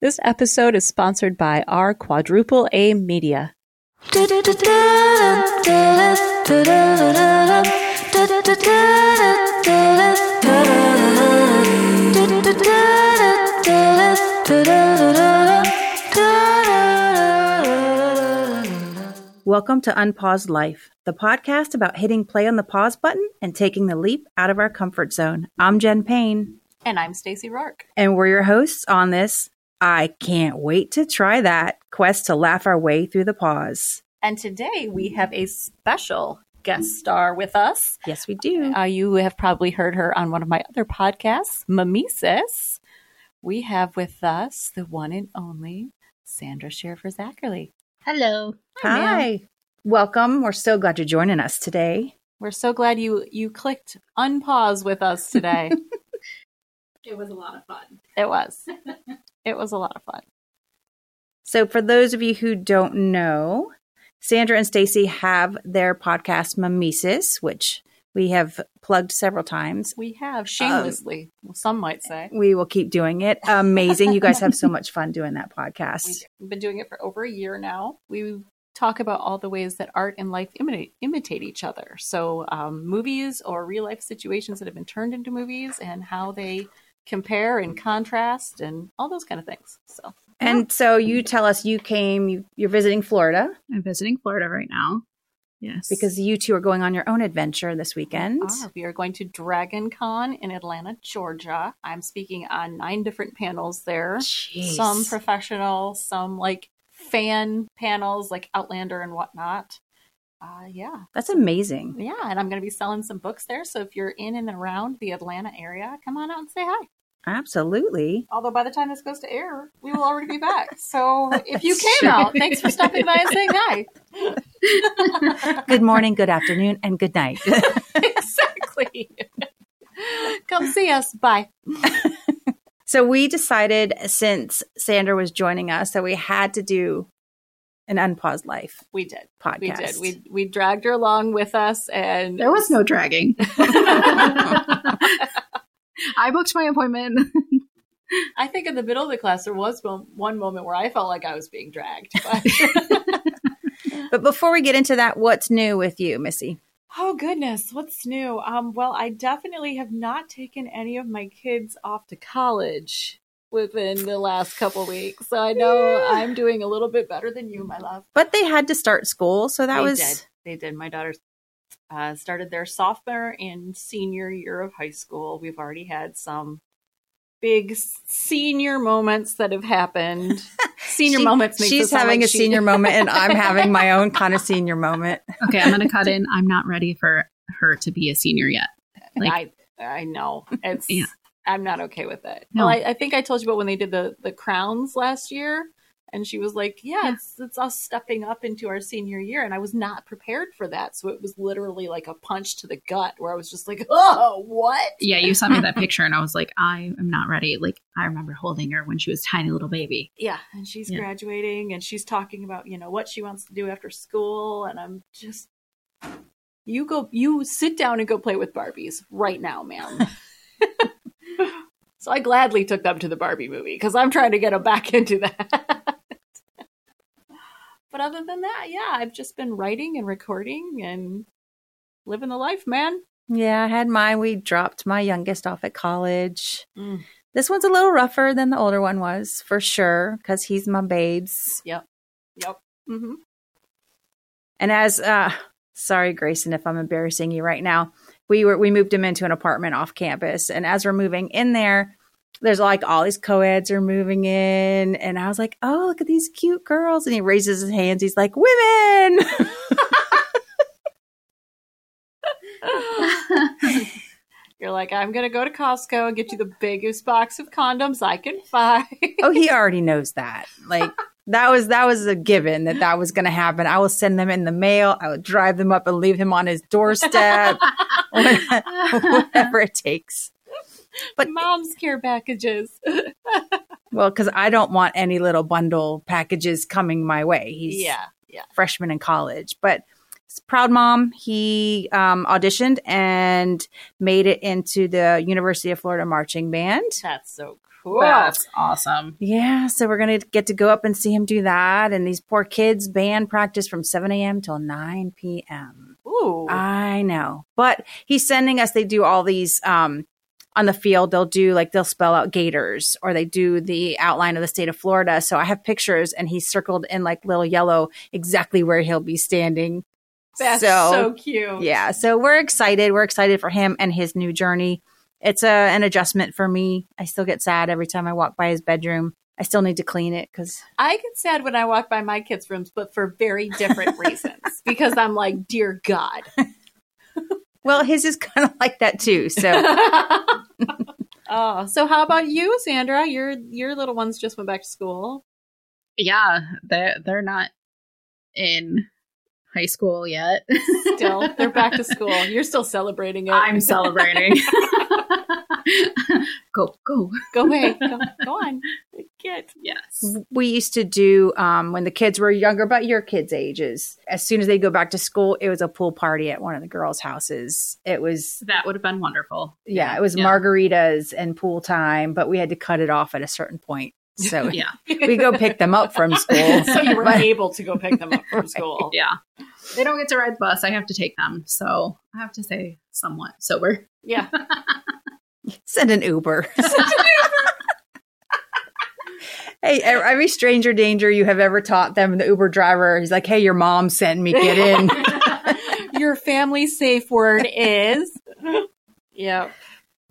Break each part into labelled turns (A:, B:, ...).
A: This episode is sponsored by our quadruple A media.
B: Welcome to Unpaused Life, the podcast about hitting play on the pause button and taking the leap out of our comfort zone. I'm Jen Payne,
A: And I'm Stacey Rourke.
B: and we're your hosts on this I can't wait to try that quest to laugh our way through the pause.
A: And today we have a special guest star with us.
B: Yes, we do.
A: Uh, you have probably heard her on one of my other podcasts, Mimesis. We have with us the one and only Sandra Sheriff Zachary.
C: Hello.
B: Hi. Welcome. We're so glad you're joining us today.
A: We're so glad you you clicked unpause with us today.
C: It was a lot of fun.
A: it was. It was a lot of fun.
B: So, for those of you who don't know, Sandra and Stacy have their podcast Mimesis, which we have plugged several times.
A: We have shamelessly, some might say.
B: We will keep doing it. Amazing. You guys have so much fun doing that podcast.
A: We do. We've been doing it for over a year now. We talk about all the ways that art and life imitate, imitate each other. So, um, movies or real life situations that have been turned into movies and how they compare and contrast and all those kind of things. So,
B: And so you tell us you came, you, you're visiting Florida
C: I'm visiting Florida right now. Yes.
B: because you two are going on your own adventure this weekend.
A: Ah, we are going to Dragon Con in Atlanta, Georgia. I'm speaking on nine different panels there.
B: Jeez.
A: Some professional, some like fan panels like Outlander and whatnot. Uh, yeah,
B: That's amazing.
A: Yeah, and I'm going to be selling some books there. So if you're in and around the Atlanta area, come on out and say hi.
B: Absolutely.
A: Although by the time this goes to air, we will already be back. So if you
B: That's
A: came
B: true.
A: out, thanks for stopping by and saying hi.
B: Good morning, good afternoon, and good night.
A: exactly. come see us. Bye.
B: So we decided since Sandra was joining us that we had to do an unpaused life
A: We did.
B: podcast.
A: We did. We we dragged her along with us, and
C: there was no dragging. I booked my appointment.
A: I think in the middle of the class there was one one moment where I felt like I was being dragged. But
B: but before we get into that, what's new with you, Missy?
A: Oh goodness, what's new? Um, well, I definitely have not taken any of my kids off to college within the last couple weeks. So I know I'm doing a little bit better than you, my love.
B: But they had to start school, so that
A: they
B: was
A: did. They did. My daughters uh, started their sophomore and senior year of high school. We've already had some big senior moments that have happened. Senior
B: She-
A: moments. makes it
B: She's
A: sound
B: having
A: like
B: a
A: she-
B: senior moment, and I'm having my own kind of senior moment.
C: Okay, I'm going to cut in. I'm not ready for her to be a senior yet. Like-
A: I I know it's
C: Yeah.
A: I'm not okay with it.
C: No.
A: Well, I, I think I told you about when they did the the crowns last year, and she was like, "Yeah, it's it's us stepping up into our senior year," and I was not prepared for that, so it was literally like a punch to the gut, where I was just like, "Oh, what?"
C: Yeah, you sent me that picture and I was like, I am not ready. Like, I remember holding her when she was a tiny little baby.
A: Yeah, and she's
C: Yeah.
A: graduating, and she's talking about you know what she wants to do after school, and I'm just. You go. You sit down and go play with Barbies right now, ma'am. so I gladly took them to the Barbie movie because I'm trying to get them back into that. but other than that, yeah, I've just been writing and recording and living the life, man.
B: Yeah, I had mine. We dropped my youngest off at college.
A: Mm.
B: This one's a little rougher than the older one was, for sure, because he's my babes.
A: Yep. hmm
B: And as uh sorry, Grayson, if I'm embarrassing you right now, we were we moved him into an apartment off campus. And as we're moving in there, there's like all these co-eds are moving in. And I was like, Oh, look at these cute girls. And he raises his hands, he's like, Women.
A: You're like, I'm gonna go to Costco and get you the biggest box of condoms I can find.
B: oh, he already knows that. Like that was that was a given that that was going to happen. I will send them in the mail. I will drive them up and leave him on his doorstep, whatever it takes. But
A: mom's care packages.
B: well, because I don't want any little bundle packages coming my way. He's
A: yeah, yeah.
B: freshman in college, but. s- Proud mom, he um, auditioned and made it into the University of Florida marching band.
A: That's so Cool.
C: That's awesome.
B: Yeah, so we're gonna get to go up and see him do that. And these poor kids band practice from 7 a.m. till 9 p.m.
A: Ooh.
B: I know, but he's sending us. They do all these um, on the field. They'll do like they'll spell out Gators, or they do the outline of the state of Florida. So I have pictures, and he's circled in like little yellow exactly where he'll be standing.
A: That's so, cute.
B: Yeah, so we're excited. We're excited for him and his new journey. It's a, an adjustment for me. I still get sad every time I walk by his bedroom. I still need to clean it because
A: I get sad when I walk by my kids' rooms, but for very different reasons. because I'm like, dear God.
B: well, his is kind of like that too. So
A: oh, so how about you, Sandra? Your your little ones just went back to school.
C: Yeah, they're they're not in high school yet.
A: Still, they're back to school. You're still celebrating it.
C: I'm celebrating. go go.
A: go away. Go, go on. Get
C: Yes.
B: we used to do um, when the kids were younger, about your kids' ages. As soon as they go back to school, it was a pool party at one of the girls' houses. It was
C: That would have been wonderful.
B: yeah, it was margaritas and pool time, but we had to cut it off at a certain point. So
C: Yeah.
B: we go pick them up from school.
A: so you were
B: But-
A: able to go pick them up from school.
C: Yeah. They don't get to ride the bus. I have to take them. So I have to say somewhat sober.
A: Yeah.
B: Send an Uber. hey, e- every stranger danger you have ever taught them, the Uber driver, he's like, hey, your mom sent me, get in.
A: Your family safe word is. yeah.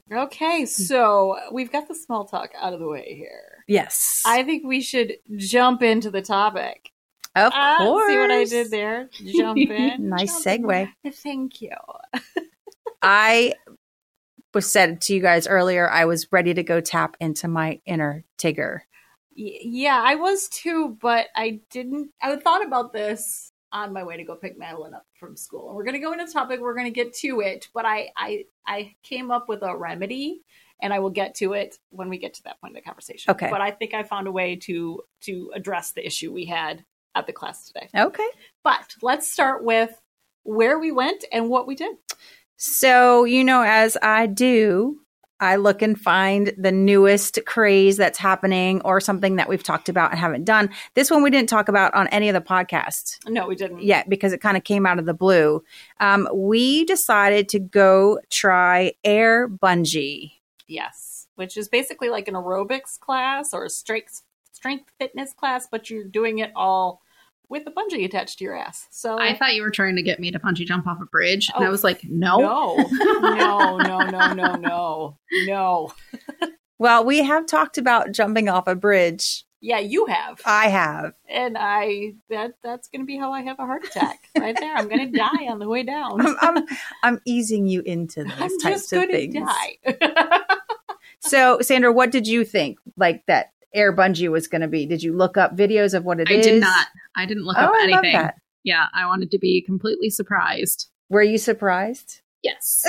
A: Okay, so we've got the small talk out of the way here.
B: yes.
A: I think we should jump into the topic.
B: of
A: Ah,
B: course.
A: see what I did there? Jump in.
B: Nice
A: jump in.
B: segue.
A: Thank you.
B: I was said to you guys earlier, I was ready to go tap into my inner Tigger.
A: Y- yeah, I was too, but I didn't. I thought about this on my way to go pick Madeline up from school. And we're going to go into the topic. We're going to get to it, but I, I, I came up with a remedy, and I will get to it when we get to that point of the conversation.
B: Okay.
A: But I think I found a way to to address the issue we had at the class today.
B: Okay.
A: But let's start with where we went and what we did.
B: So, you know, as I do, I look and find the newest craze that's happening or something that we've talked about and haven't done. This one we didn't talk about on any of the podcasts
A: No, we didn't.
B: yet because it kind of came out of the blue. Um, we decided to go try air bungee.
A: Yes, which is basically like an aerobics class or a strength strength fitness class, but you're doing it all with a bungee attached to your ass. So
C: I thought you were trying to get me to bungee jump off a bridge. And
A: Oh.
C: I was like, no.
A: no, no, no, no, no, no, no.
B: Well, we have talked about jumping off a bridge.
A: Yeah, you have,
B: I have.
A: and I that that's going to be how I have a heart attack right there. I'm going to die on the way down.
B: I'm, I'm, I'm easing you into those
A: I'm
B: types
A: just going
B: of
A: to
B: things.
A: die.
B: So, Sandra, what did you think? Like that air bungee was going to be? Did you look up videos of what it
C: I
B: is?
C: did not. I didn't look
B: oh,
C: up
B: I love
C: anything.
B: that.
C: Yeah. I wanted to be completely surprised.
B: Were you surprised?
C: Yes.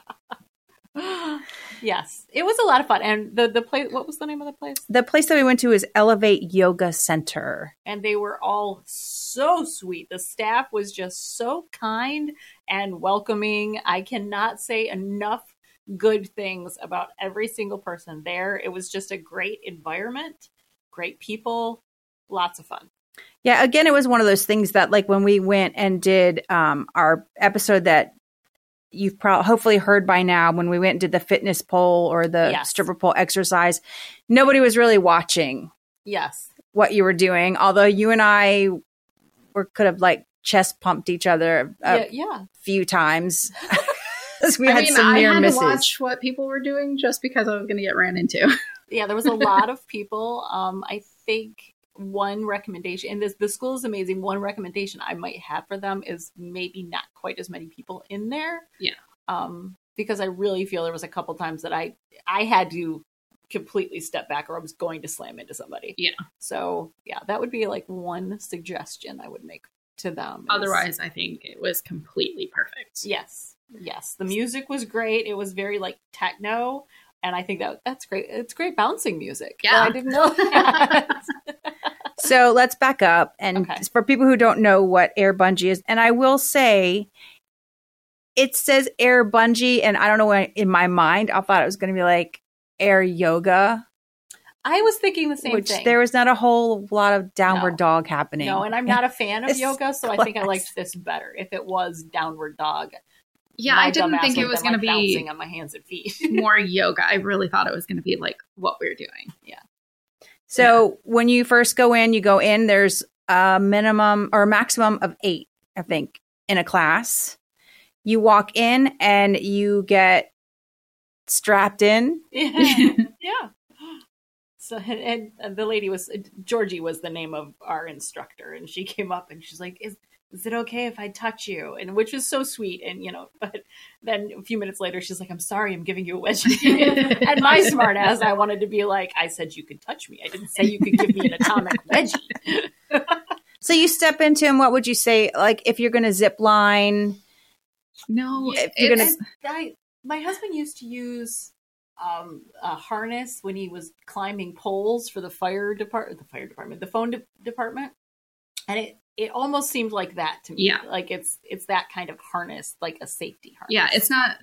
A: yes, it was a lot of fun, and the the place. What was the name of the place?
B: The place that we went to is Elevate Yoga Center.
A: and they were all so sweet. The staff was just so kind and welcoming. I cannot say enough good things about every single person there. It was just a great environment, great people, lots of fun.
B: Yeah, again, it was one of those things that, like, when we went and did um, our episode that you've probably hopefully heard by now, when we went and did the fitness pole or the
A: Yes.
B: stripper pole exercise, nobody was really watching.
A: Yes.
B: what you were doing. Although you and I were could have like chest pumped each other a
A: yeah, yeah.
B: few times. 'Cause we
C: I
B: had
C: mean,
B: some
C: I
B: near
C: had
B: misses.
C: to watch what people were doing just because I was going to get ran into.
A: yeah there was a lot of people um i think one recommendation and this the school is amazing one recommendation i might have for them is maybe not quite as many people in there
C: Yeah.
A: um because i really feel there was a couple times that i i had to completely step back or i was going to slam into somebody
C: Yeah.
A: so yeah that would be like one suggestion i would make to them is-
C: Otherwise, I think it was completely perfect.
A: Yes, yes. The music was great. It was very like techno, and I think that that's great. It's great bouncing music.
C: Yeah.
A: I didn't know that.
B: So let's back up. And
A: Okay.
B: for people who don't know what air bungee is, and I will say it says air bungee, and I don't know why in my mind I thought it was going to be like air yoga,
A: I was thinking the same
B: which
A: thing.
B: there was not a whole lot of downward
A: No.
B: dog happening.
A: no, and I'm not a fan of
B: It's
A: yoga, so I think I
B: class.
A: liked this better. If it was downward dog,
C: Yeah,
A: my
C: I didn't
A: dumbass
C: think it
A: would've
C: was
A: been,
C: going to
A: like,
C: be
A: bouncing on my hands and feet.
C: more yoga. I really thought it was going to be like what we were doing.
B: So when you first go in, you go in, there's a minimum or maximum of eight, I think, in a class. You walk in and you get strapped in.
A: yeah, yeah. So and, and the lady was Georgie was the name of our instructor, and she came up and she's like, "Is is it okay if I touch you?" And which was so sweet, and you know, but then a few minutes later, she's like, "I'm sorry, I'm giving you a wedgie." and my smart ass, I wanted to be like, "I said you could touch me. I didn't say you could give me an atomic wedgie."
B: So you step into him. What would you say? Like if you're going to zip line,
C: No,
A: Yeah,
B: you're
C: it's-
B: gonna-
A: And I, my husband used to use um, a harness when he was climbing poles for the fire department, the fire department, the phone de- department, and it it almost seemed like that to me.
C: Yeah.
A: like it's it's that kind of harness, like a safety harness.
C: yeah, it's not.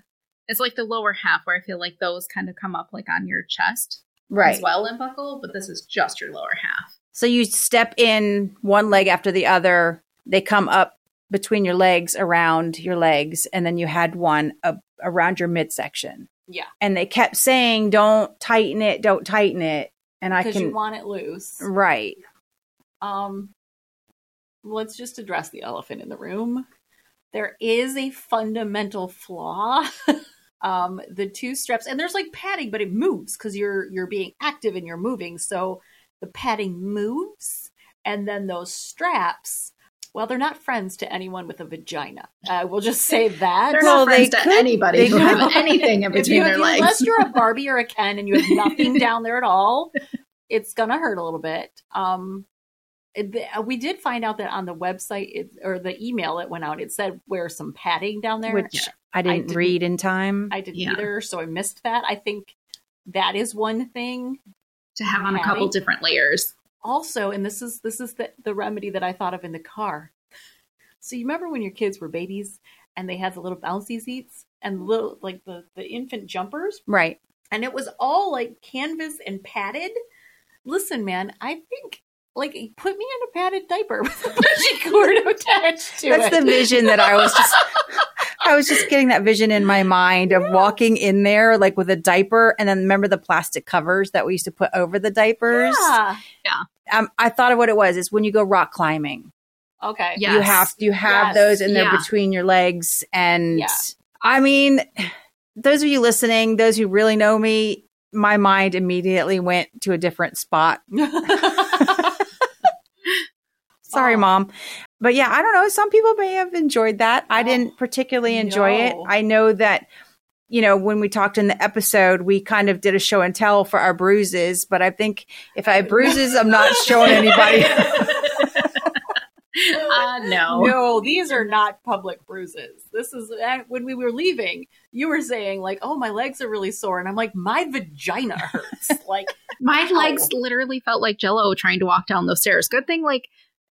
C: It's like the lower half where I feel like those kind of come up like on your chest as well and buckle, but this is just your lower half.
B: So you step in one leg after the other. They come up between your legs, around your legs, and then you had one up around your midsection.
A: Yeah.
B: And they kept saying, "Don't tighten it, don't tighten it." And I
A: because you
B: can
A: want it loose.
B: right.
A: Um, let's just address the elephant in the room. There is a fundamental flaw. um, the two straps, and there's like padding, but it moves because you're you're being active and you're moving, so the padding moves, and then those straps. Well, they're not friends to anyone with a vagina. I will just say that.
C: They're
B: Well,
C: not friends
B: they
C: to
B: could-
C: anybody
B: they
C: who have
A: could-
C: anything in
A: If you-
C: between their
A: if you-
C: legs.
A: Unless you're a Barbie or a Ken and you have nothing down there at all, it's gonna hurt a little bit. Um, it- the- we did find out that on the website it, or the email that went out, it said wear some padding down there.
B: Which I didn't,
A: didn't-
B: read in time.
A: I didn't
C: Yeah.
A: either, so I missed that. I think that is one thing.
C: to have on a couple
A: Patty.
C: different layers.
A: Also, and this is this is the, the remedy that I thought of in the car. So you remember when your kids were babies and they had the little bouncy seats and little like the the infant jumpers?
B: right.
A: and it was all like canvas and padded. Listen, man, I think like put me in a padded diaper with a bungee cord attached to
B: That's
A: it.
B: the vision that I was just I was just getting that vision in my mind of walking in there like with a diaper and then remember the plastic covers that we used to put over the diapers?
A: yeah.
B: um, I thought of what it was. It's when you go rock climbing.
A: Okay.
C: Yeah.
B: You
C: Yes.
B: have you have
A: Yes.
B: those, and they're
C: Yeah.
B: between your legs. And
A: Yeah.
B: I mean, those of you listening, those who really know me, my mind immediately went to a different spot. Sorry,
A: Oh.
B: mom. But yeah, I don't know. Some people may have enjoyed that. I
A: Oh,
B: didn't particularly enjoy it.
A: no.
B: I know that, you know, when we talked in the episode, we kind of did a show and tell for our bruises. But I think if I have bruises, I'm not showing anybody.
C: Uh, no.
A: no, these are not public bruises. This is uh, when we were leaving. You were saying like, "Oh, my legs are really sore," and I'm like, "My vagina hurts." like,
C: My
A: Ow.
C: legs literally felt like jello trying to walk down those stairs. Good thing, like,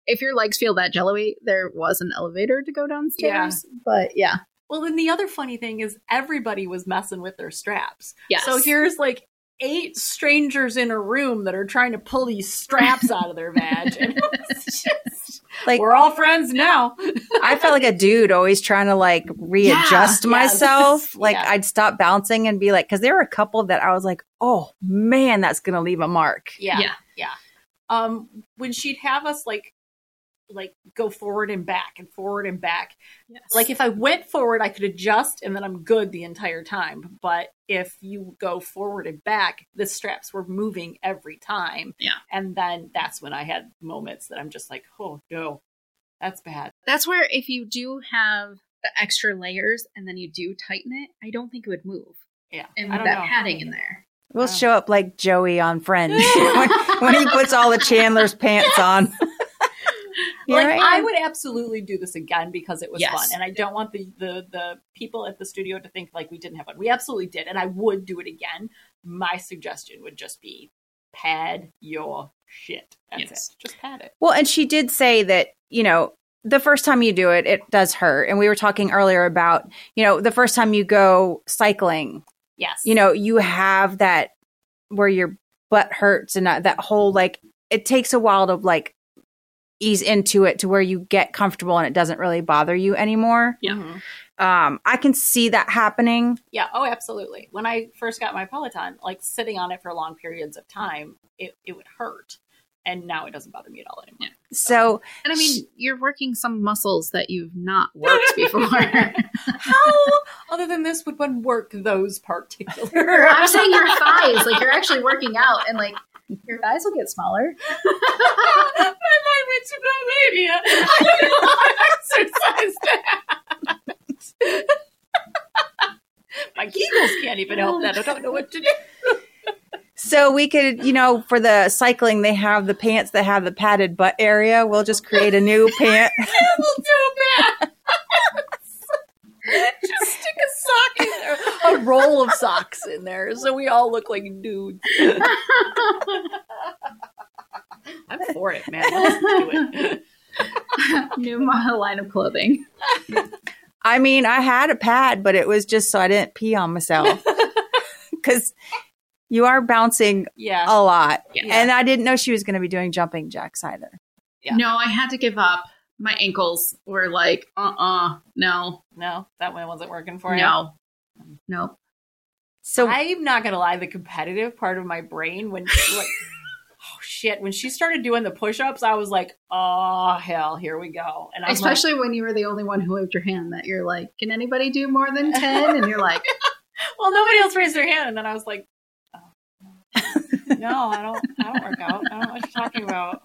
C: if your legs feel that jello-y, there was an elevator to go downstairs. But yeah.
A: well, then the other funny thing is everybody was messing with their straps.
C: Yes.
A: So here's like eight strangers in a room that are trying to pull these straps out of their vag. And it's just-
B: Like-
A: we're all friends now.
B: I felt like a dude always trying to like readjust
A: Yeah,
B: myself.
A: yes,
B: Like
A: yeah.
B: I'd stop bouncing and be like, because there were a couple that I was like, oh man, that's gonna leave a mark.
A: Yeah, yeah.
C: Yeah.
A: Um, when she'd have us like like go forward and back and forward and back.
C: Yes.
A: Like if I went forward, I could adjust and then I'm good the entire time. But if you go forward and back, the straps were moving every time.
C: Yeah.
A: And then that's when I had moments that I'm just like, oh no, that's bad.
C: That's where if you do have the extra layers and then you do tighten it, I don't think it would move.
A: Yeah.
C: And
A: I
C: with
A: don't
C: that
A: know.
C: padding in there.
B: We'll
A: Wow.
B: show up like Joey on Friends when, when he puts all the Chandler's pants on. Here
A: like I,
B: am.
A: would absolutely do this again because it was
C: Yes.
A: fun, and I don't want the, the the people at the studio to think like we didn't have fun. We absolutely did, and I would do it again. My suggestion would just be pad your shit. That's
C: Yes.
A: it. Just pad it.
B: Well, and she did say that, you know, the first time you do it, it does hurt. And we were talking earlier about, you know, the first time you go cycling,
A: Yes.
B: you know, you have that where your butt hurts and that, that whole like it takes a while to like ease into it to where you get comfortable and it doesn't really bother you anymore.
A: Yeah.
B: Um, I can see that happening.
A: Yeah. Oh, absolutely. When I first got my Peloton, like sitting on it for long periods of time, it, it would hurt. And now it doesn't bother me at all anymore.
B: So
C: And I mean, you're working some muscles that you've not worked before. I'm
A: How, other than this, would one work those particular?
C: saying your thighs, like you're actually working out, and like your thighs will get smaller.
A: my mind went to Romania. I don't know how to exercise that. my giggles can't even help that. I don't know what to do.
B: so we could, you know, for the cycling they have the pants that have the padded butt area. We'll just create a new pant.
A: will do bad. Just stick a sock in there, a roll of socks in there, so we all look like dudes. I'm for it, man. Let's do it.
C: New mo- line of clothing.
B: I mean, I had a pad, but it was just so I didn't pee on myself. Cuz you are bouncing
A: Yeah.
B: a lot.
C: Yeah.
B: And I didn't know she was going to be doing jumping jacks either.
A: Yeah.
C: No, I had to give up. My ankles were like, uh uh no,
A: No, that one wasn't working for you.
C: no, no.
B: So
A: I'm not gonna lie, the competitive part of my brain when like oh shit, when she started doing the push ups, I was like, Oh hell, here we go. And I'm
C: Especially when you were the only one who waved your hand, that you're like, can anybody do more than 10? And you're like,
A: like, Well nobody else raised their hand and then I was like, oh, No, I don't I don't work out. I don't know what you're talking about.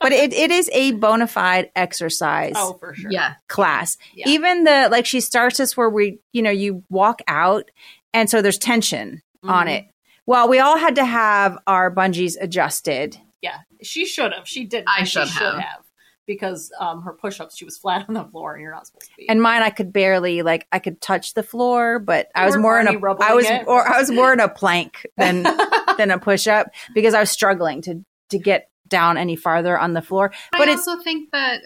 B: but it, it is a bona fide exercise
A: Oh, for sure.
C: yeah,
B: class.
A: Yeah.
B: Even the like she starts us where we, you know, you walk out and so there's tension on
A: Mhm.
B: it. Well, we all had to have our bungees adjusted.
A: Yeah. She should have. She didn't.
C: I
A: but she
C: should have.
A: Because um, her push ups, she was flat on the floor and you're not supposed to be.
B: And mine I could barely like I could touch the floor, but I
A: You
B: was
A: were
B: more in a
A: already rubbling
B: I was
A: it.
B: or I was more in a plank than than a push up because I was struggling to to get down any farther on the floor. But
C: I
B: it's
C: also think that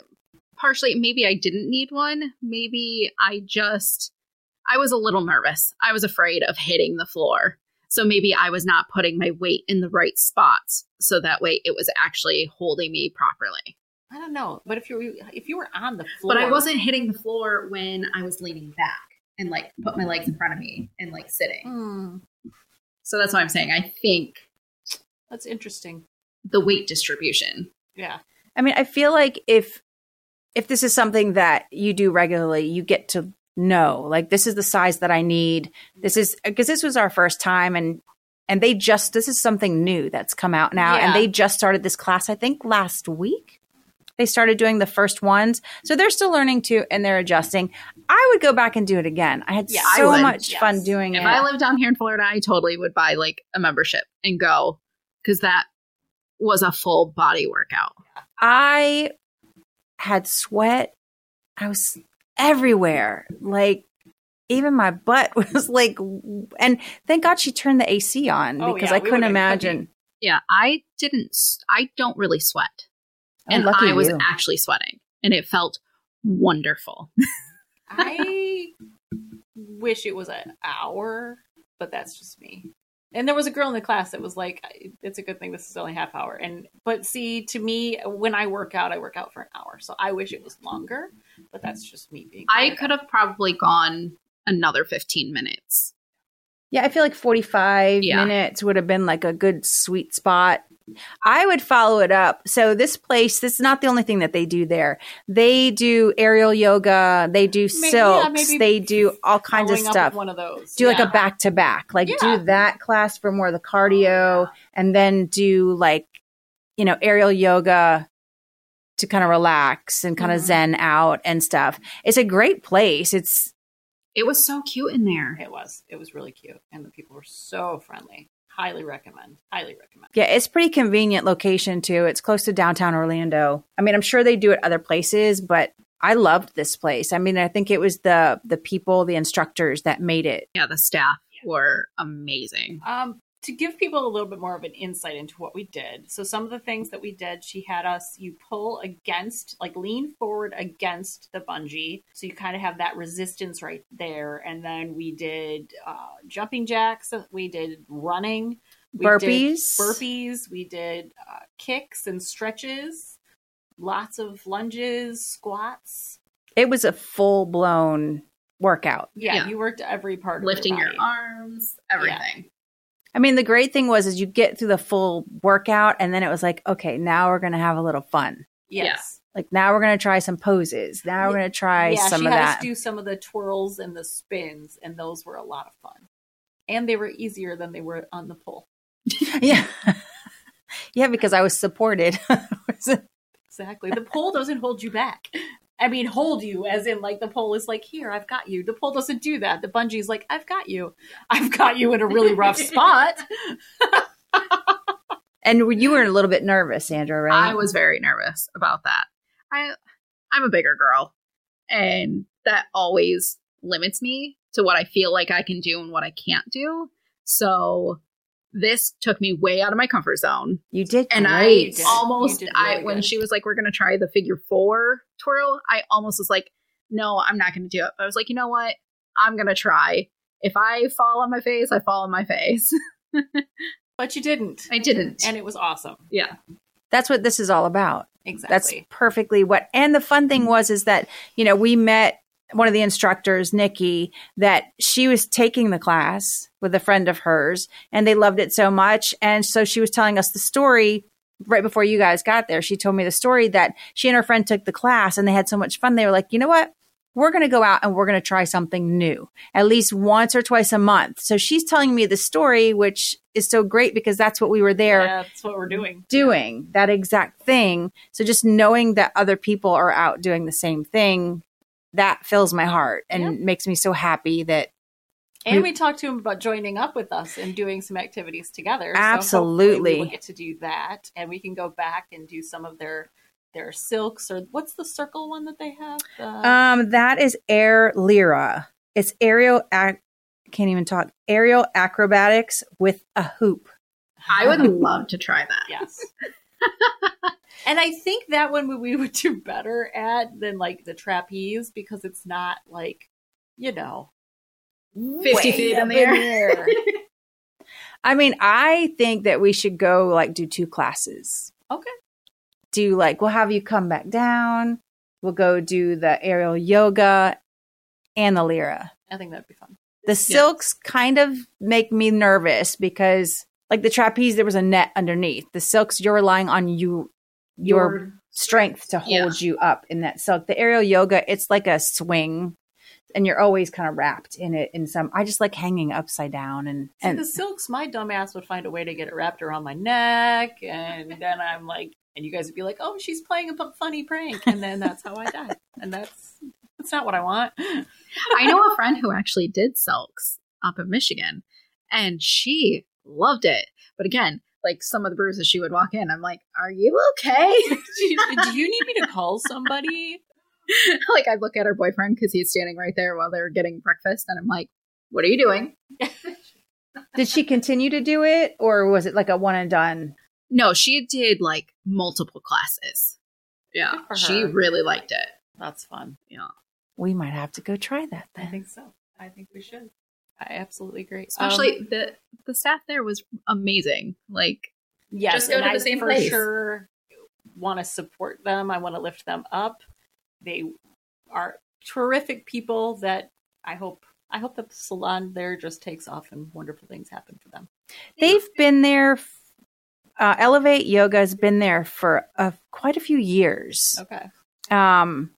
C: partially maybe I didn't need one. Maybe I just I was a little nervous. I was afraid of hitting the floor. So maybe I was not putting my weight in the right spots so that way it was actually holding me properly.
A: I don't know. But if you were if you were on the floor
C: But I wasn't hitting the floor when I was leaning back and like put my legs in front of me and like sitting.
A: Hmm,
C: So that's why I'm saying I think
A: that's interesting.
C: the weight distribution.
A: Yeah.
B: I mean, I feel like if if this is something that you do regularly, you get to know like this is the size that I need. This is because this was our first time and and they just this is something new that's come out now and
A: Yeah.
B: they just started this class I think last week. They started doing the first ones. So they're still learning too and they're adjusting. I would go back and do it again. I had
A: Yeah, I
B: so
C: would,
B: much
A: yes.
B: fun doing
C: If
B: it.
C: I lived down here in Florida, I totally would buy like a membership and go because that was a full body workout.
B: I had sweat. I was everywhere. Like even my butt was like and thank God she turned the AC on
A: Oh,
B: because
A: yeah,
B: I
A: we
B: couldn't
A: would've been
B: imagine.
C: Yeah, I didn't, s- I don't really sweat.
B: Oh,
C: and
B: lucky
C: I was
B: you.
C: actually sweating and it felt wonderful.
A: I wish it was an hour, but that's just me. And there was a girl in the class that was like, I- "It's a good thing this is only half hour." And but see, to me, when I work out, I work out for an hour, so I wish it was longer. But that's just me being.
C: I could have probably gone another 15 minutes.
B: Yeah, I feel like 45
C: Yeah.
B: minutes would have been like a good sweet spot. I would follow it up. So this place, this is not the only thing that they do there. They do aerial yoga, they do
A: May- yeah,
B: silks,
A: maybe
B: they do all kinds of
A: Following up with
B: stuff.
A: One of those.
B: do like
A: Yeah.
B: a back to back like
A: Yeah.
B: do that class for more of the
A: Oh, yeah.
B: cardio and then do like you know aerial yoga to kind of relax and kind
A: Mhm.
B: of zen out and stuff it's a great place it's
C: It was so cute in there.
A: It was. It was really cute, and the people were so friendly. Highly recommend. Highly recommend.
B: yeah it's pretty convenient location too it's close to downtown orlando i mean i'm sure they do it other places but i loved this place i mean i think it was the the people the instructors that made it
C: Yeah, the staff were amazing.
A: Um, to give people a little bit more of an insight into what we did. So some of the things that we did, she had us you pull against, like lean forward against the bungee, so you kind of have that resistance right there. And then we did uh, jumping jacks, we did running, we did
B: burpees.
A: burpees, we did uh, kicks and stretches, lots of lunges, squats.
B: It was a full blown workout.
A: Yeah,
C: Yeah.
A: you worked every part,
C: lifting
A: of
C: your
A: body.
C: arms, everything.
B: I mean, the great thing was is you get through the full workout, and then it was like, okay, now we're gonna have a little fun.
A: Yes.
B: Like now we're gonna try some poses. Now we're
A: Yeah.
B: gonna try
A: yeah,
B: some
A: she
B: of
A: had
B: that.
A: us do some of the twirls and the spins, and those were a lot of fun. And they were easier than they were on the pole.
B: yeah, yeah, because I was supported.
A: Exactly. The pole doesn't hold you back. I mean, hold you as in like the pole is like, here, I've got you. The pole doesn't do that. The bungee's like, I've got you. I've got you in a really rough spot.
B: and you were a little bit nervous, Sandra, right?
C: I was very nervous about that. I I'm a bigger girl and that always limits me to what I feel like I can do and what I can't do. So this took me way out of my comfort zone.
B: You did,
C: And
A: Great. You
C: I
A: did-
C: almost
A: you did
C: I
A: really
C: when
A: good.
C: she was like we're going to try the figure 4 twirl, I almost was like no, I'm not going to do it. But I was like, you know what? I'm going to try. If I fall on my face, I fall on my face.
A: But you didn't.
C: I didn't.
A: And it was awesome.
C: yeah.
B: That's what this is all about. That's
A: Exactly.
B: perfectly what. And the fun thing was is that you know we met one of the instructors, Nikki, that she was taking the class with a friend of hers, and they loved it so much, and so she was telling us the story. Right before you guys got there, she told me the story that she and her friend took the class and they had so much fun. They were like, you know what? We're going to go out and we're going to try something new at least once or twice a month. So she's telling me the story, which is so great because that's what we were there
A: That's what we're doing.
B: doing that exact thing. So just knowing that other people are out doing the same thing, that fills my heart and
A: Yeah.
B: makes me so happy that
A: And we talked to him about joining up with us and doing some activities together. So
B: Absolutely.
A: hopefully we'll get to do that, and we can go back and do some of their their silks or what's the circle one that they have? The,
C: Uh,
B: um that is air lira. It's aerial ac- can't even talk. Aerial acrobatics with a hoop.
C: I would love to try that.
A: yes. and I think that one we would do better at than like the trapeze because it's not like you know
C: 50
A: way
C: feet in
A: up
C: the air.
A: air.
B: I mean, I think that we should go like do two classes.
A: Okay.
B: Do like we'll have you come back down. We'll go do the aerial yoga and the lira.
A: I think that'd be fun.
B: The silks kind of make me nervous because, like the trapeze, there was a net underneath. The silks, you're relying on you, your, strength to
C: Yeah.
B: hold you up in that silk. The aerial yoga, it's like a swing, and you're always kind of wrapped in it. In some, I just like hanging upside down and
A: See,
B: and
A: the silks, my dumbass would find a way to get it wrapped around my neck, and then I'm like, and you guys would be like, "Oh, she's playing a p- funny prank," and then that's how I die, and that's that's not what I want.
C: I know a friend who actually did silks up in Michigan and she loved it. But again, like some of the bruises she would walk in, I'm like, Are you okay?
A: do, you, do you need me to call somebody?
C: like I'd look at her boyfriend because he's standing right there while they're getting breakfast and I'm like, What are you doing?
B: Did she continue to do it, or was it like a one and done?
C: No, she did like multiple classes. Yeah.
A: Good for
C: She
A: her.
C: really liked it.
A: That's fun.
C: Yeah.
B: We might have to go try that
A: I
B: then.
A: think so. I think we should. I absolutely agree.
C: Especially
A: Um,
C: the the staff there was amazing. Like
A: yes,
C: just go
A: and
C: to the
A: I
C: same
A: for
C: place.
A: sure want to support them. I want to lift them up. They are terrific people that I hope I hope the salon there just takes off and wonderful things happen for them.
B: They've been there. f- Uh, Elevate Yoga has been there for uh, quite a few years.
A: Okay.
B: Um,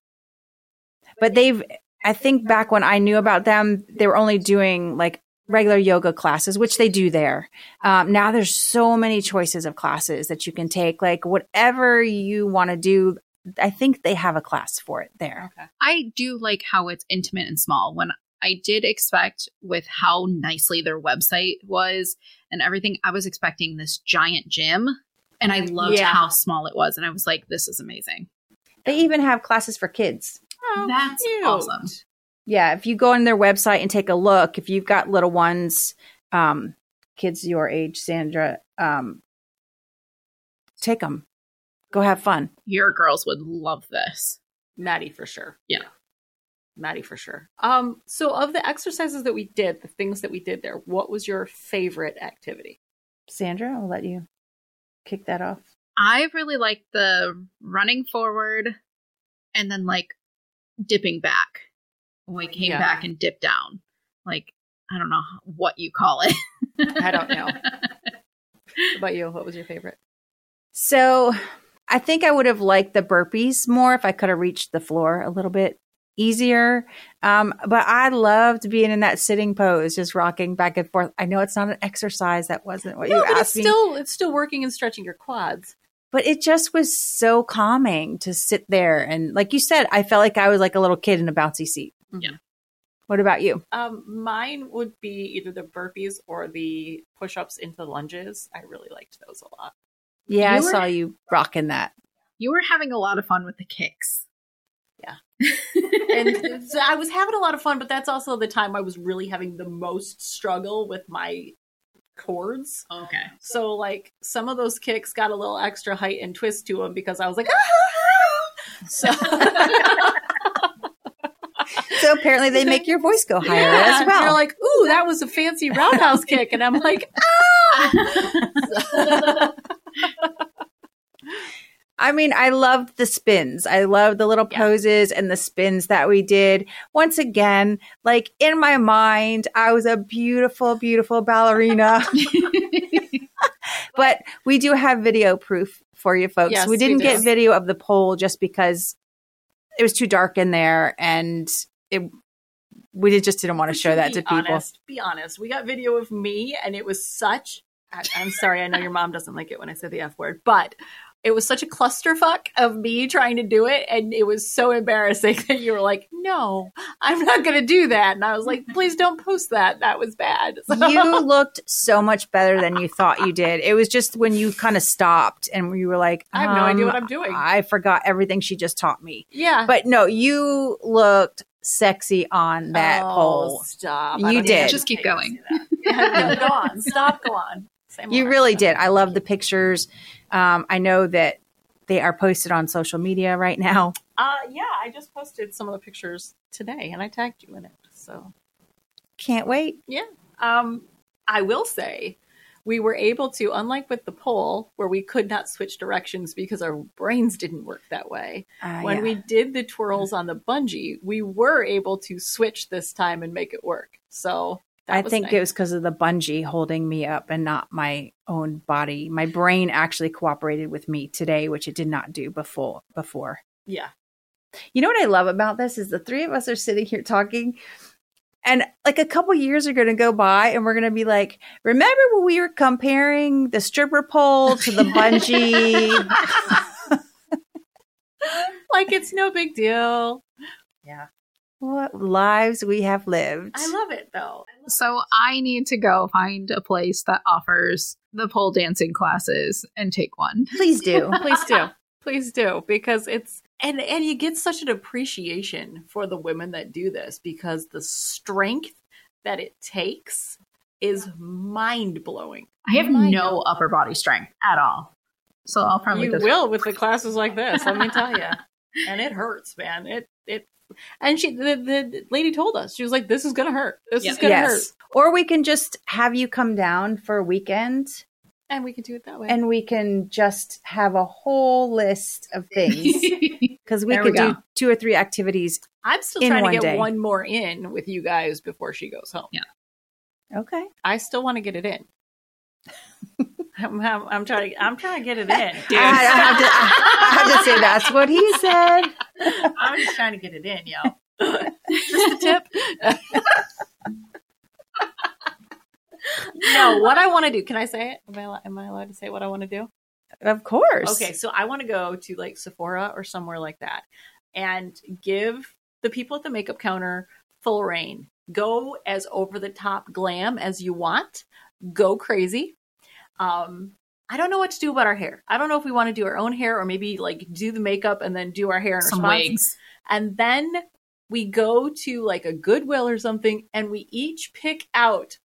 B: but they've, I think back when I knew about them, they were only doing like regular yoga classes, which they do there. Um, now there's so many choices of classes that you can take, like whatever you want to do. I think they have a class for it there.
A: Okay.
C: I do like how it's intimate and small. When I did expect with how nicely their website was and everything, I was expecting this giant gym. And I loved
A: Yeah.
C: how small it was. And I was like, this is amazing.
B: They even have classes for kids.
A: Oh,
C: That's
A: cute.
C: awesome.
B: Yeah, if you go on their website and take a look, if you've got little ones, um, kids your age, Sandra, um, take them. Go have fun.
C: Your girls would love this.
A: Maddie for sure.
C: Yeah.
A: Maddie for sure. Um, so of the exercises that we did, the things that we did there, what was your favorite activity?
B: Sandra, I'll let you kick that off.
C: I really like the running forward and then like dipping back. When we came
A: Yeah.
C: back and dipped down. Like, I don't know what you call it.
A: I don't know. What about you? What was your favorite?
B: So I think I would have liked the burpees more if I could have reached the floor a little bit easier. Um, but I loved being in that sitting pose, just rocking back and forth. I know it's not an exercise. That wasn't what you
A: no, but it's
B: asked me.
A: still it's still working and stretching your quads.
B: but it just was so calming to sit there. And like you said, I felt like I was like a little kid in a bouncy seat.
C: Yeah.
B: What about you?
A: Um, mine would be either the burpees or the push-ups into lunges. I really liked those a lot.
B: Yeah,
C: You
B: I
C: were-
B: saw you rocking that.
C: You were having a lot of fun with the kicks.
A: Yeah.
C: and
A: and so I was having a lot of fun, but that's also the time I was really having the most struggle with my chords.
C: okay.
A: So like some of those kicks got a little extra height and twist to them because I was like, "Ah, so
B: So apparently they make your voice go higher as
A: They're
B: well.
A: like, ooh, that was a fancy roundhouse kick, and I'm like,
B: I mean, I loved the spins. I loved the little
A: Yeah.
B: poses and the spins that we did. Once again, like in my mind, I was a beautiful, beautiful ballerina. but we do have video proof for you folks.
A: Yes,
B: we didn't
A: we do.
B: get video of the poll just because it was too dark in there and it we did, just didn't want to show that to
A: Be
B: people.
A: Honest, be honest. We got video of me, and it was such. I, I'm sorry. I know your mom doesn't like it when I say the f word, but it was such a clusterfuck of me trying to do it, and it was so embarrassing that you were like, "No, I'm not going to do that," and I was like, "Please don't post that. That was bad." So-
B: you looked so much better than you thought you did. It was just when you kind of stopped and you were like,
A: I have no idea
B: um,
A: what I'm doing.
B: I forgot everything she just taught me.
A: yeah,
B: But no, you looked sexy on that
A: oh,
B: pole.
A: Stop.
B: You
A: don't even
B: did.
C: Just keep
A: think I can
C: going.
A: say that. Yeah, go on. Stop. Go on. Say
B: You
A: more.
B: really did. I love the pictures. Um, I know that they are posted on social media right now.
A: Uh, yeah, I just posted some of the pictures today, and I tagged you in it. So.
B: Can't wait.
A: Um, I will say we were able to, unlike with the poll, where we could not switch directions because our brains didn't work that way.
B: Uh,
A: when
B: yeah.
A: we did the twirls on the bungee, we were able to switch this time and make it work. So that
B: I
A: was
B: think
A: nice.
B: it was because of the bungee holding me up and not my own body. My brain actually cooperated with me today, which it did not do before. Before.
A: yeah.
B: You know what I love about this is the three of us are sitting here talking, and like a couple years are going to go by, and we're going to be like, "Remember when we were comparing the stripper pole to the bungee?"
A: Like it's no big deal.
B: what lives we have lived!
A: I love it though.
C: So I need to go find a place that offers the pole dancing classes and take one.
B: Please do.
A: Please do. Please do because it's and and you get such an appreciation for the women that do this because the strength that it takes is mind-blowing.
C: I have
A: my
C: no upper body strength at all. So I'll probably
A: you
C: just
A: will with the classes like this. Let me tell you, and it hurts, man. It it and she the, the lady told us she was like, "This is gonna hurt. This
C: Yeah.
A: is gonna hurt,"
B: Or we can just have you come down for a weekend
A: and we could do it that way.
B: and we can just have a whole list of things because we
C: There
B: could
C: we go.
B: do two or three activities.
A: I'm still
B: in
A: trying to
B: one
A: get
B: day.
A: one more in with you guys before she goes home.
B: Okay.
A: I still want to get it in. I'm, I'm, I'm trying. To, I'm trying to get it in.
B: I, I have to, I, I have to say that's what he said.
A: I'm just trying to get it in, y'all. just a tip. no, what I want to do. Can I say it? Am I, al- am I allowed to say what I want to do?
B: Of course.
A: Okay, so I want to go to like Sephora or somewhere like that and give the people at the makeup counter full reign. Go as over the top glam as you want. Go crazy. Um, I don't know what to do about our hair. I don't know if we want to do our own hair or maybe like do the makeup and then do our hair in
C: some
A: response.
C: wigs.
A: And then we go to like a Goodwill or something and we each pick out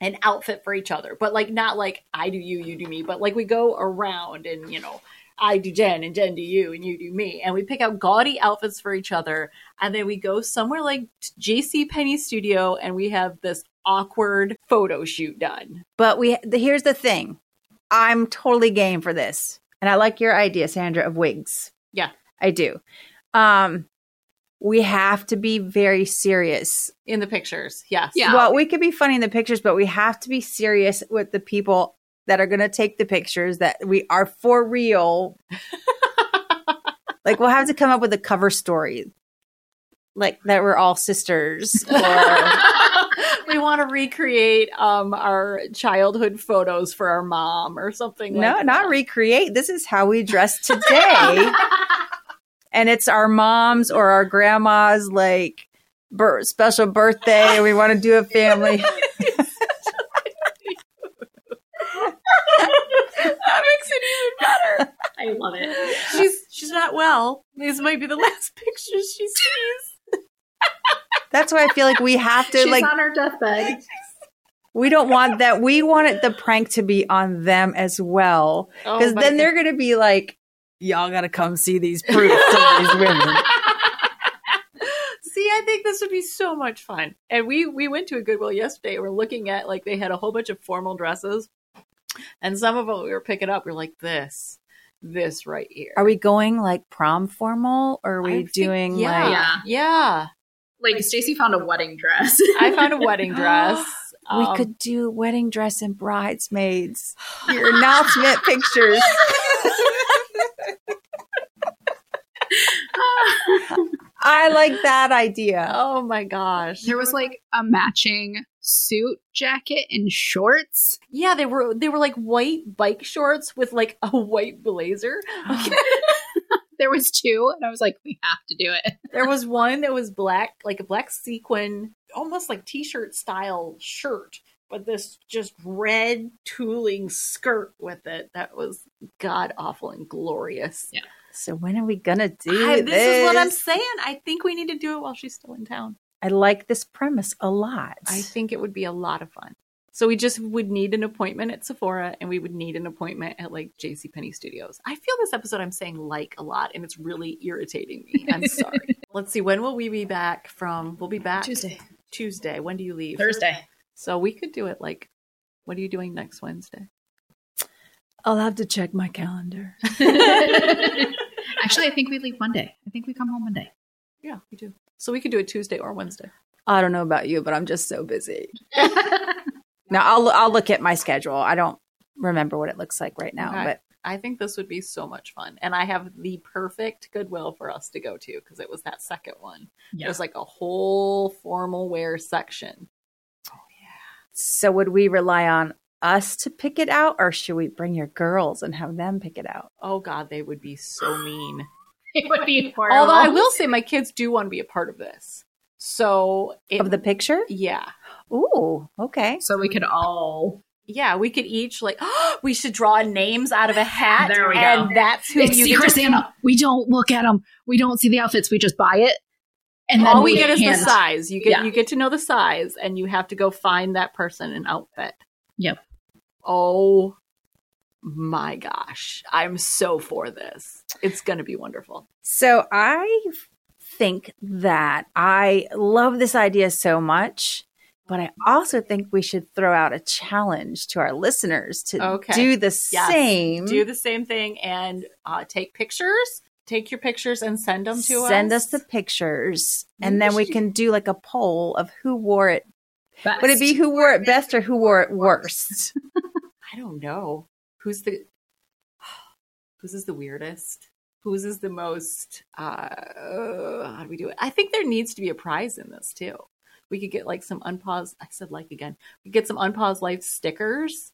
A: an outfit for each other, but like not like I do you, you do me, but like we go around and you know I do Jen and Jen do you and you do me, and we pick out gaudy outfits for each other, and then we go somewhere like J.C. Penney Studio and we have this awkward photo shoot done.
B: But we the, here's the thing. I'm totally game for this. And I like your idea, Sandra, of wigs.
A: Yeah.
B: I do. Um we have to be very serious.
A: in the pictures. Yes.
C: Yeah.
B: Well, we could be funny in the pictures, but we have to be serious with the people that are going to take the pictures that we are for real. like we'll have to come up with a cover story. Like that we're all sisters or
A: we want to recreate um, our childhood photos for our mom or something.
B: no,
A: like
B: not
A: that.
B: recreate. This is how we dress today. and it's our mom's or our grandma's like bir- special birthday. We want to do a family.
A: that makes it even better. I love it. She's she's not well. These might be the last pictures she sees.
B: That's why I feel like we have to
C: She's
B: like
C: on her deathbed.
B: we don't want that. We want it, the prank to be on them as well, because
A: Oh my
B: then they're going to be like, "Y'all got to come see these proofs of these women."
A: See, I think this would be so much fun. And we we went to a Goodwill yesterday. We're looking at like they had a whole bunch of formal dresses, and some of them we were picking up. We're like this, this right here.
B: Are we going like prom formal, or are
A: I
B: we
A: think-
B: doing
A: yeah,
B: like?
C: Yeah.
A: yeah?
C: Like Stacy found a wedding dress.
A: I found a wedding dress.
B: we
A: Um,
B: could do wedding dress and bridesmaids. Your announcement pictures. I like that idea.
A: Oh my gosh!
C: there was like a matching suit jacket and shorts.
A: Yeah, they were they were like white bike shorts with like a white blazer.
C: There was two, and I was like, we have to do it.
A: There was one that was black, like a black sequin, almost like t-shirt style shirt, but this just red tooling skirt with it that was god awful and glorious.
C: Yeah.
B: So when are we gonna do
A: I-
B: this?
A: this is what I'm saying. I think we need to do it while she's still in town.
B: I like this premise a lot.
A: I think it would be a lot of fun. So we just would need an appointment at Sephora and we would need an appointment at like JC Penney Studios. I feel this episode I'm saying like a lot and it's really irritating me. I'm sorry. Let's see when will we be back from we'll be back Tuesday. When do you leave?
C: Thursday.
A: So we could do it like what are you doing next Wednesday?
B: I'll have to check my calendar.
C: Actually, I think we leave Monday. I think we come home Monday.
A: Yeah, we do. So we could do it Tuesday or Wednesday.
B: I don't know about you, but I'm just so busy. Now I'll I'll look at my schedule. I don't remember what it looks like right now,
A: Okay.
B: Oh, but
A: I think this would be so much fun. And I have the perfect goodwill for us to go to because it was that second one.
C: Yeah.
A: There's like a whole formal wear section.
B: so would we rely on us to pick it out, or should we bring your girls and have them pick it out?
A: Oh God, they would be so mean.
C: it would be horrible.
A: Although I will say my kids do want to be a part of this. So it,
B: Of the picture?
A: yeah,
B: Ooh, okay.
C: so we could all.
A: yeah, we could each like we should draw names out of a hat,
C: There we go.
A: and that's who
C: It's
A: you
C: Secret
A: get to-
C: Santa. We don't look at them. We don't see the outfits. We just buy it. And then
A: all we get is the
C: hand-
A: size. You get
C: Yeah.
A: you get to know the size, and you have to go find that person an outfit.
C: Yep.
A: Oh my gosh, I'm so for this. It's gonna be wonderful.
B: So I think that I love this idea so much, but I also think we should throw out a challenge to our listeners to
A: Okay.
B: do the
A: Yes.
C: Mm-hmm.
B: same.
A: Do the same thing and uh, take pictures. Take your pictures and send them to us.
B: Send us the pictures, and
A: Maybe
B: then we
A: she-
B: can do like a poll of who wore it.
C: Best.
B: Would it be who wore it best or who wore it worst?
A: I don't know. Who's the whose is the weirdest? Whose is the most uh how do we do it? I think there needs to be a prize in this too. We could get like some unpaused I said like again. We could get some unpaused life stickers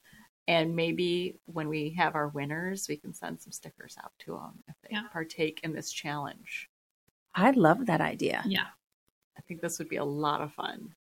A: and maybe when we have our winners, we can send some stickers out to them if they
C: Yeah.
A: partake in this challenge.
B: I love that idea.
C: Yeah.
A: I think this would be a lot of fun.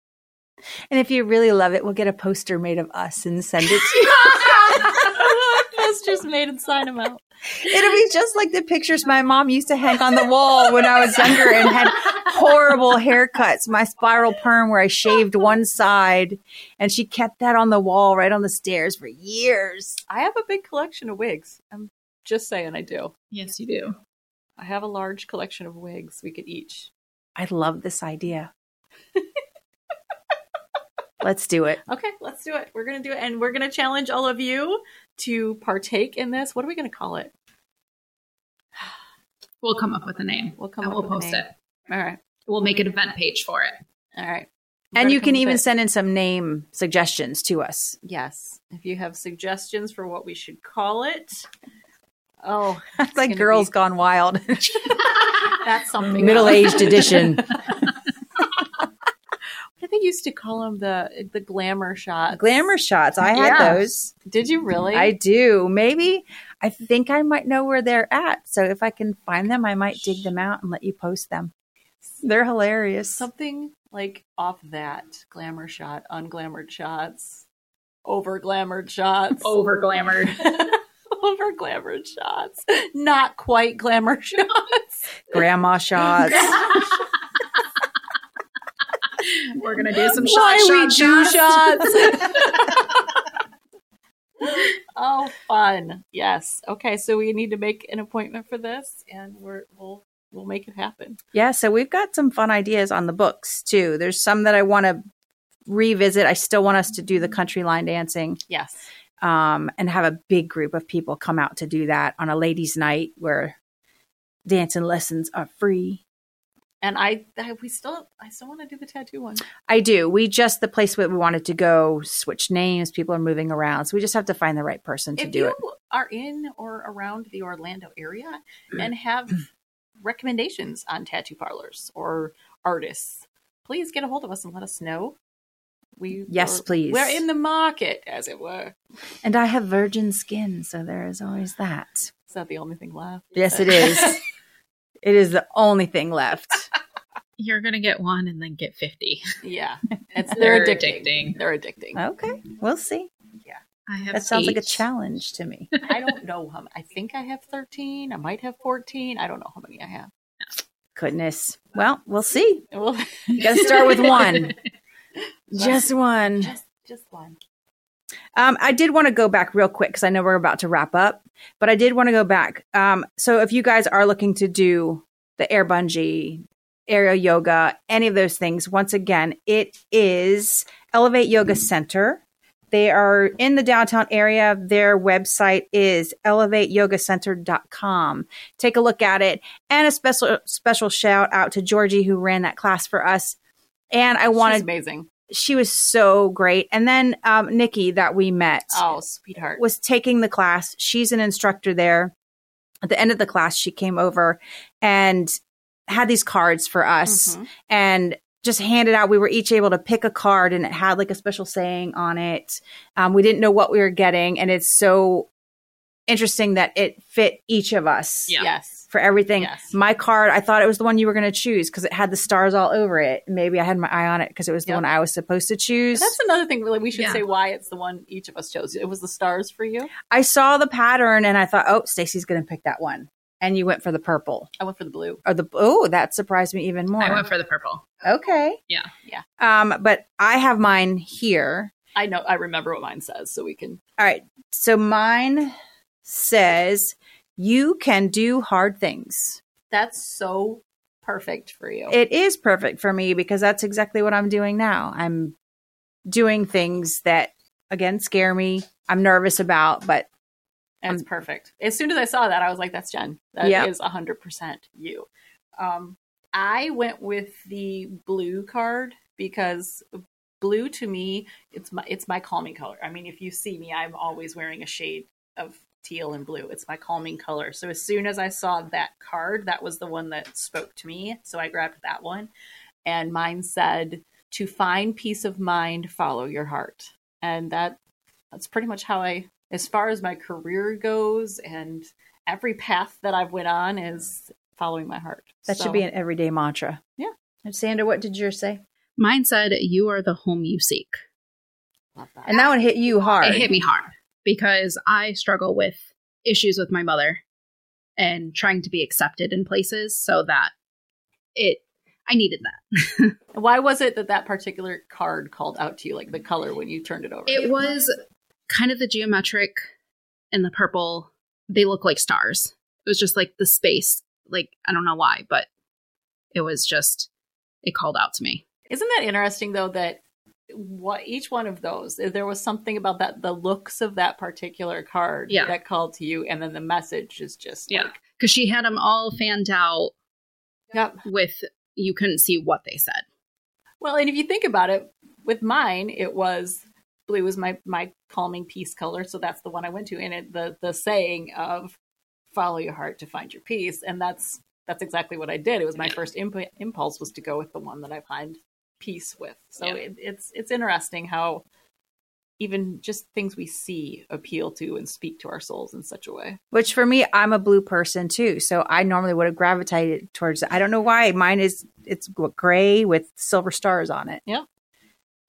B: And if you really love it, we'll get a poster made of us and send it to you.
A: Posters just made and sign them out.
B: It'll be just like the pictures my mom used to hang on the wall when I was younger and had horrible haircuts. My spiral perm, where I shaved one side, and she kept that on the wall right on the stairs for years.
A: I have a big collection of wigs. I'm just saying, I do.
C: Yes, you do.
A: I have a large collection of wigs. We could each.
B: I love this idea. Let's do it.
A: Okay, let's do it. We're gonna do it, and we're gonna challenge all of you to partake in this. What are we gonna call it?
C: We'll come up with a name.
A: We'll come
C: and
A: up
C: we'll
A: with a
C: post
A: name.
C: it.
A: All right,
C: We'll make an event page for it.
A: all right.
B: And
A: Better
B: you
A: come
B: can
A: with
B: even
A: it.
B: send in some name suggestions to us.
A: yes, if you have suggestions for what we should call it. Oh,
B: It's like
A: gonna
B: Girls
A: be-
B: Gone Wild,
A: that's something.
B: middle
A: else.
B: aged edition.
A: I think you used to call them the the glamour shot.
B: Glamour shots. I had
A: Yeah.
B: those.
A: Did you really?
B: I do. Maybe I think I might know where they're at. So if I can find them, I might dig them out and let you post them. They're hilarious.
A: something like off that glamour shot, unglamored shots, over glamored shots,
B: Oh,
C: Over glamored.
A: over glamored shots, not quite glamour shots.
B: Grandma shots.
C: We're gonna do some shot,
A: Why
C: shot,
A: we do
C: shots.
A: shots? oh, fun! Yes. Okay, so we need to make an appointment for this, and we're, we'll we'll make it happen.
B: Yeah, so we've got some fun ideas on the books too. There's some that I want to revisit. I still want us to do the country line dancing
A: Yes.
B: um, and have a big group of people come out to do that on a ladies' night where dancing lessons are free.
A: And I, I we still I still want to do the tattoo one.
B: I do. We just the place where we wanted to go switched names. People are moving around, so we just have to find the right person to
A: if
B: do
A: you
B: it.
A: are in or around the Orlando area
B: Mm.
A: and have recommendations on tattoo parlors or artists, please get a hold of us and let us know. We
B: Yes,
A: we're-
B: please.
A: We're in the market, as it were.
B: And I have virgin skin, so there is always that.
A: Is that the only thing left?
B: Yes, it is. it is the only thing left.
C: You're gonna get one and then get fifty.
A: yeah, it's they're,
C: They're
A: addicting.
C: addicting.
A: They're addicting.
B: Okay, we'll see.
C: I have
B: That sounds like a
C: eight.
B: challenge to me.
A: I don't know how. m- I think I have thirteen. I might have fourteen. I don't know how many I have.
B: Goodness. Well, we'll see.
A: Well,
B: You got to start with one. Just one.
A: just just one.
B: Um, I did want to go back real quick because I know we're about to wrap up, but I did want to go back. Um, so if you guys are looking to do the air bungee, aerial yoga, any of those things, once again, it is Elevate Yoga Center. They are in the downtown area. Their website is elevateyogacenter.com. Take a look at it. And a special special shout out to Georgie who ran that class for us. And I
A: One
B: wanted
A: is amazing.
B: she was so great. And then um, Nikki that we met
A: Oh, sweetheart.
B: was taking the class. She's an instructor there. At the end of the class, she came over and had these cards for us
A: Mhm.
B: and just handed out. We were each able to pick a card and it had like a special saying on it. Um, we didn't know what we were getting. And it's so interesting that it fit each of us
C: Yeah.
A: Yes.
B: for everything.
A: Yes.
B: My card, I thought it was the one you were going to choose because it had the stars all over it. Maybe I had my eye on it because it was the
A: Yep.
B: one I was supposed to choose.
A: That's another thing. Really, we should
C: Yeah.
A: say why it's the one each of us chose. It was the stars for you.
B: I saw the pattern and I thought, oh, Stacy's going to pick that one. And you went for the purple
A: I went for the blue.
B: or the oh, that surprised me even more.
C: I went for the purple.
B: okay,
C: Yeah.
A: Yeah.
B: Um, but I have mine here.
A: I know. I remember what mine says, so we can.
B: All right, so mine says you can do hard things.
A: That's so perfect for you.
B: It is perfect for me because that's exactly what I'm doing now. I'm doing things that again scare me. I'm nervous about, but
A: And it's perfect. As soon as I saw that, I was like, "That's Jen. That
B: Yeah.
A: is a hundred percent you." Um, I went with the blue card because blue to me it's my it's my calming color. I mean, if you see me, I'm always wearing a shade of teal and blue. It's my calming color. So as soon as I saw that card, that was the one that spoke to me. So I grabbed that one, and mine said, "To find peace of mind, follow your heart," and that that's pretty much how I as far as my career goes and every path that I've went on is following my heart.
B: that
A: So-
B: should be an everyday mantra.
A: Yeah.
B: And Sandra, what did yours say?
C: Mine said, "You are the home you seek."
A: Love that.
B: And that one hit you hard.
C: It hit me hard because I struggle with issues with my mother and trying to be accepted in places so that it I needed that.
A: Why was it that that particular card called out to you, like the color when you turned it over?
C: It was kind of the geometric and the purple. They look like stars. It was just like the space. Like I don't know why, but it was just it called out to me.
A: Isn't that interesting though that what each one of those eh, there was something about that the looks of that particular card
C: Yeah.
A: that called to you and then the message is just
C: Yeah.
A: like,
C: Cuz she had them all fanned out
A: yep.
C: with you couldn't see what they said.
A: Well, and if you think about it, with mine, it was blue was my my calming peace color, so that's the one I went to. And it the the saying of follow your heart to find your peace, and that's that's exactly what I did. It was my first imp- impulse was to go with the one that I find peace with. So
C: Yeah.
A: it, it's it's interesting how even just things we see appeal to and speak to our souls in such a way.
B: Which for me, I'm a blue person too, so I normally would have gravitated towards. I don't know why mine is it's gray with silver stars on it.
A: Yeah.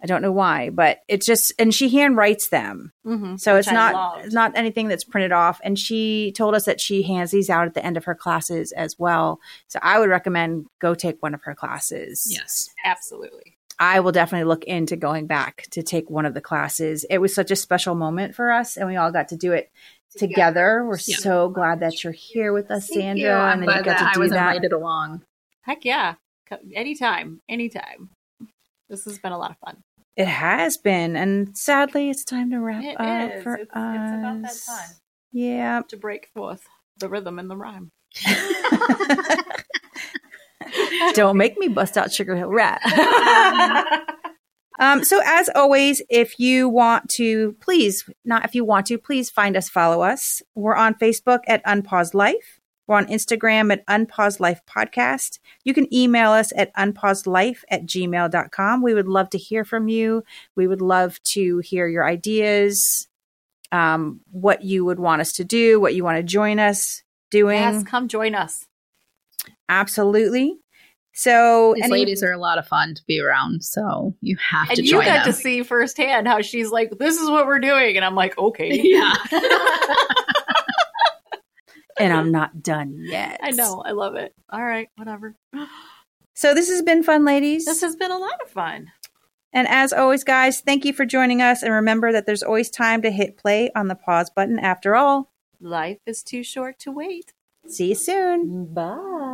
B: I don't know why, but it's just and she handwrites them,
A: Mm-hmm.
B: so it's
A: I
B: not
A: loved.
B: it's not anything that's printed off. And she told us that she hands these out at the end of her classes as well. So I would recommend go take one of her classes.
C: Yes.
A: Absolutely.
B: I will definitely look into going back to take one of the classes. It was such a special moment for us, and we all got to do it together. We're
C: Yeah.
B: so glad that you're here with us,
C: Thank
B: Sandra,
C: you. I'm
B: and that you
C: glad
B: got
C: that
B: to
C: I
B: do
C: was
B: that.
C: invited along.
A: Heck yeah. Co- Anytime. Anytime. This has been a lot of fun.
B: It has been, and sadly, it's time to wrap
A: It
B: up
A: is.
B: Uh, for
A: It's- it's
B: us.
A: about that time.
B: Yeah.
A: to break forth the rhythm and the rhyme.
B: Don't make me bust out Sugar Hill Rat. Um, so as always, if you want to, please, not if you want to, please find us, follow us. We're on Facebook at Unpause Life. We're on Instagram at Unpause Life Podcast. You can email us at unpauselife at gmail.com. We would love to hear from you. We would love to hear your ideas, um, what you would want us to do, what you want to join us doing.
A: yes, come join us.
B: Absolutely. So,
C: These
B: any-
C: ladies are a lot of fun to be around, so you have
A: And
C: to
A: you
C: join
A: got to
C: them.
A: see firsthand how she's like, this is what we're doing. And I'm like, okay.
C: yeah.
B: and I'm not done yet.
A: I know. I love it. All right. Whatever.
B: So this has been fun, ladies.
A: This has been a lot of fun.
B: And as always, guys, thank you for joining us. And remember that there's always time to hit play on the pause button after all.
A: Life is too short to wait.
B: See you soon.
A: Bye.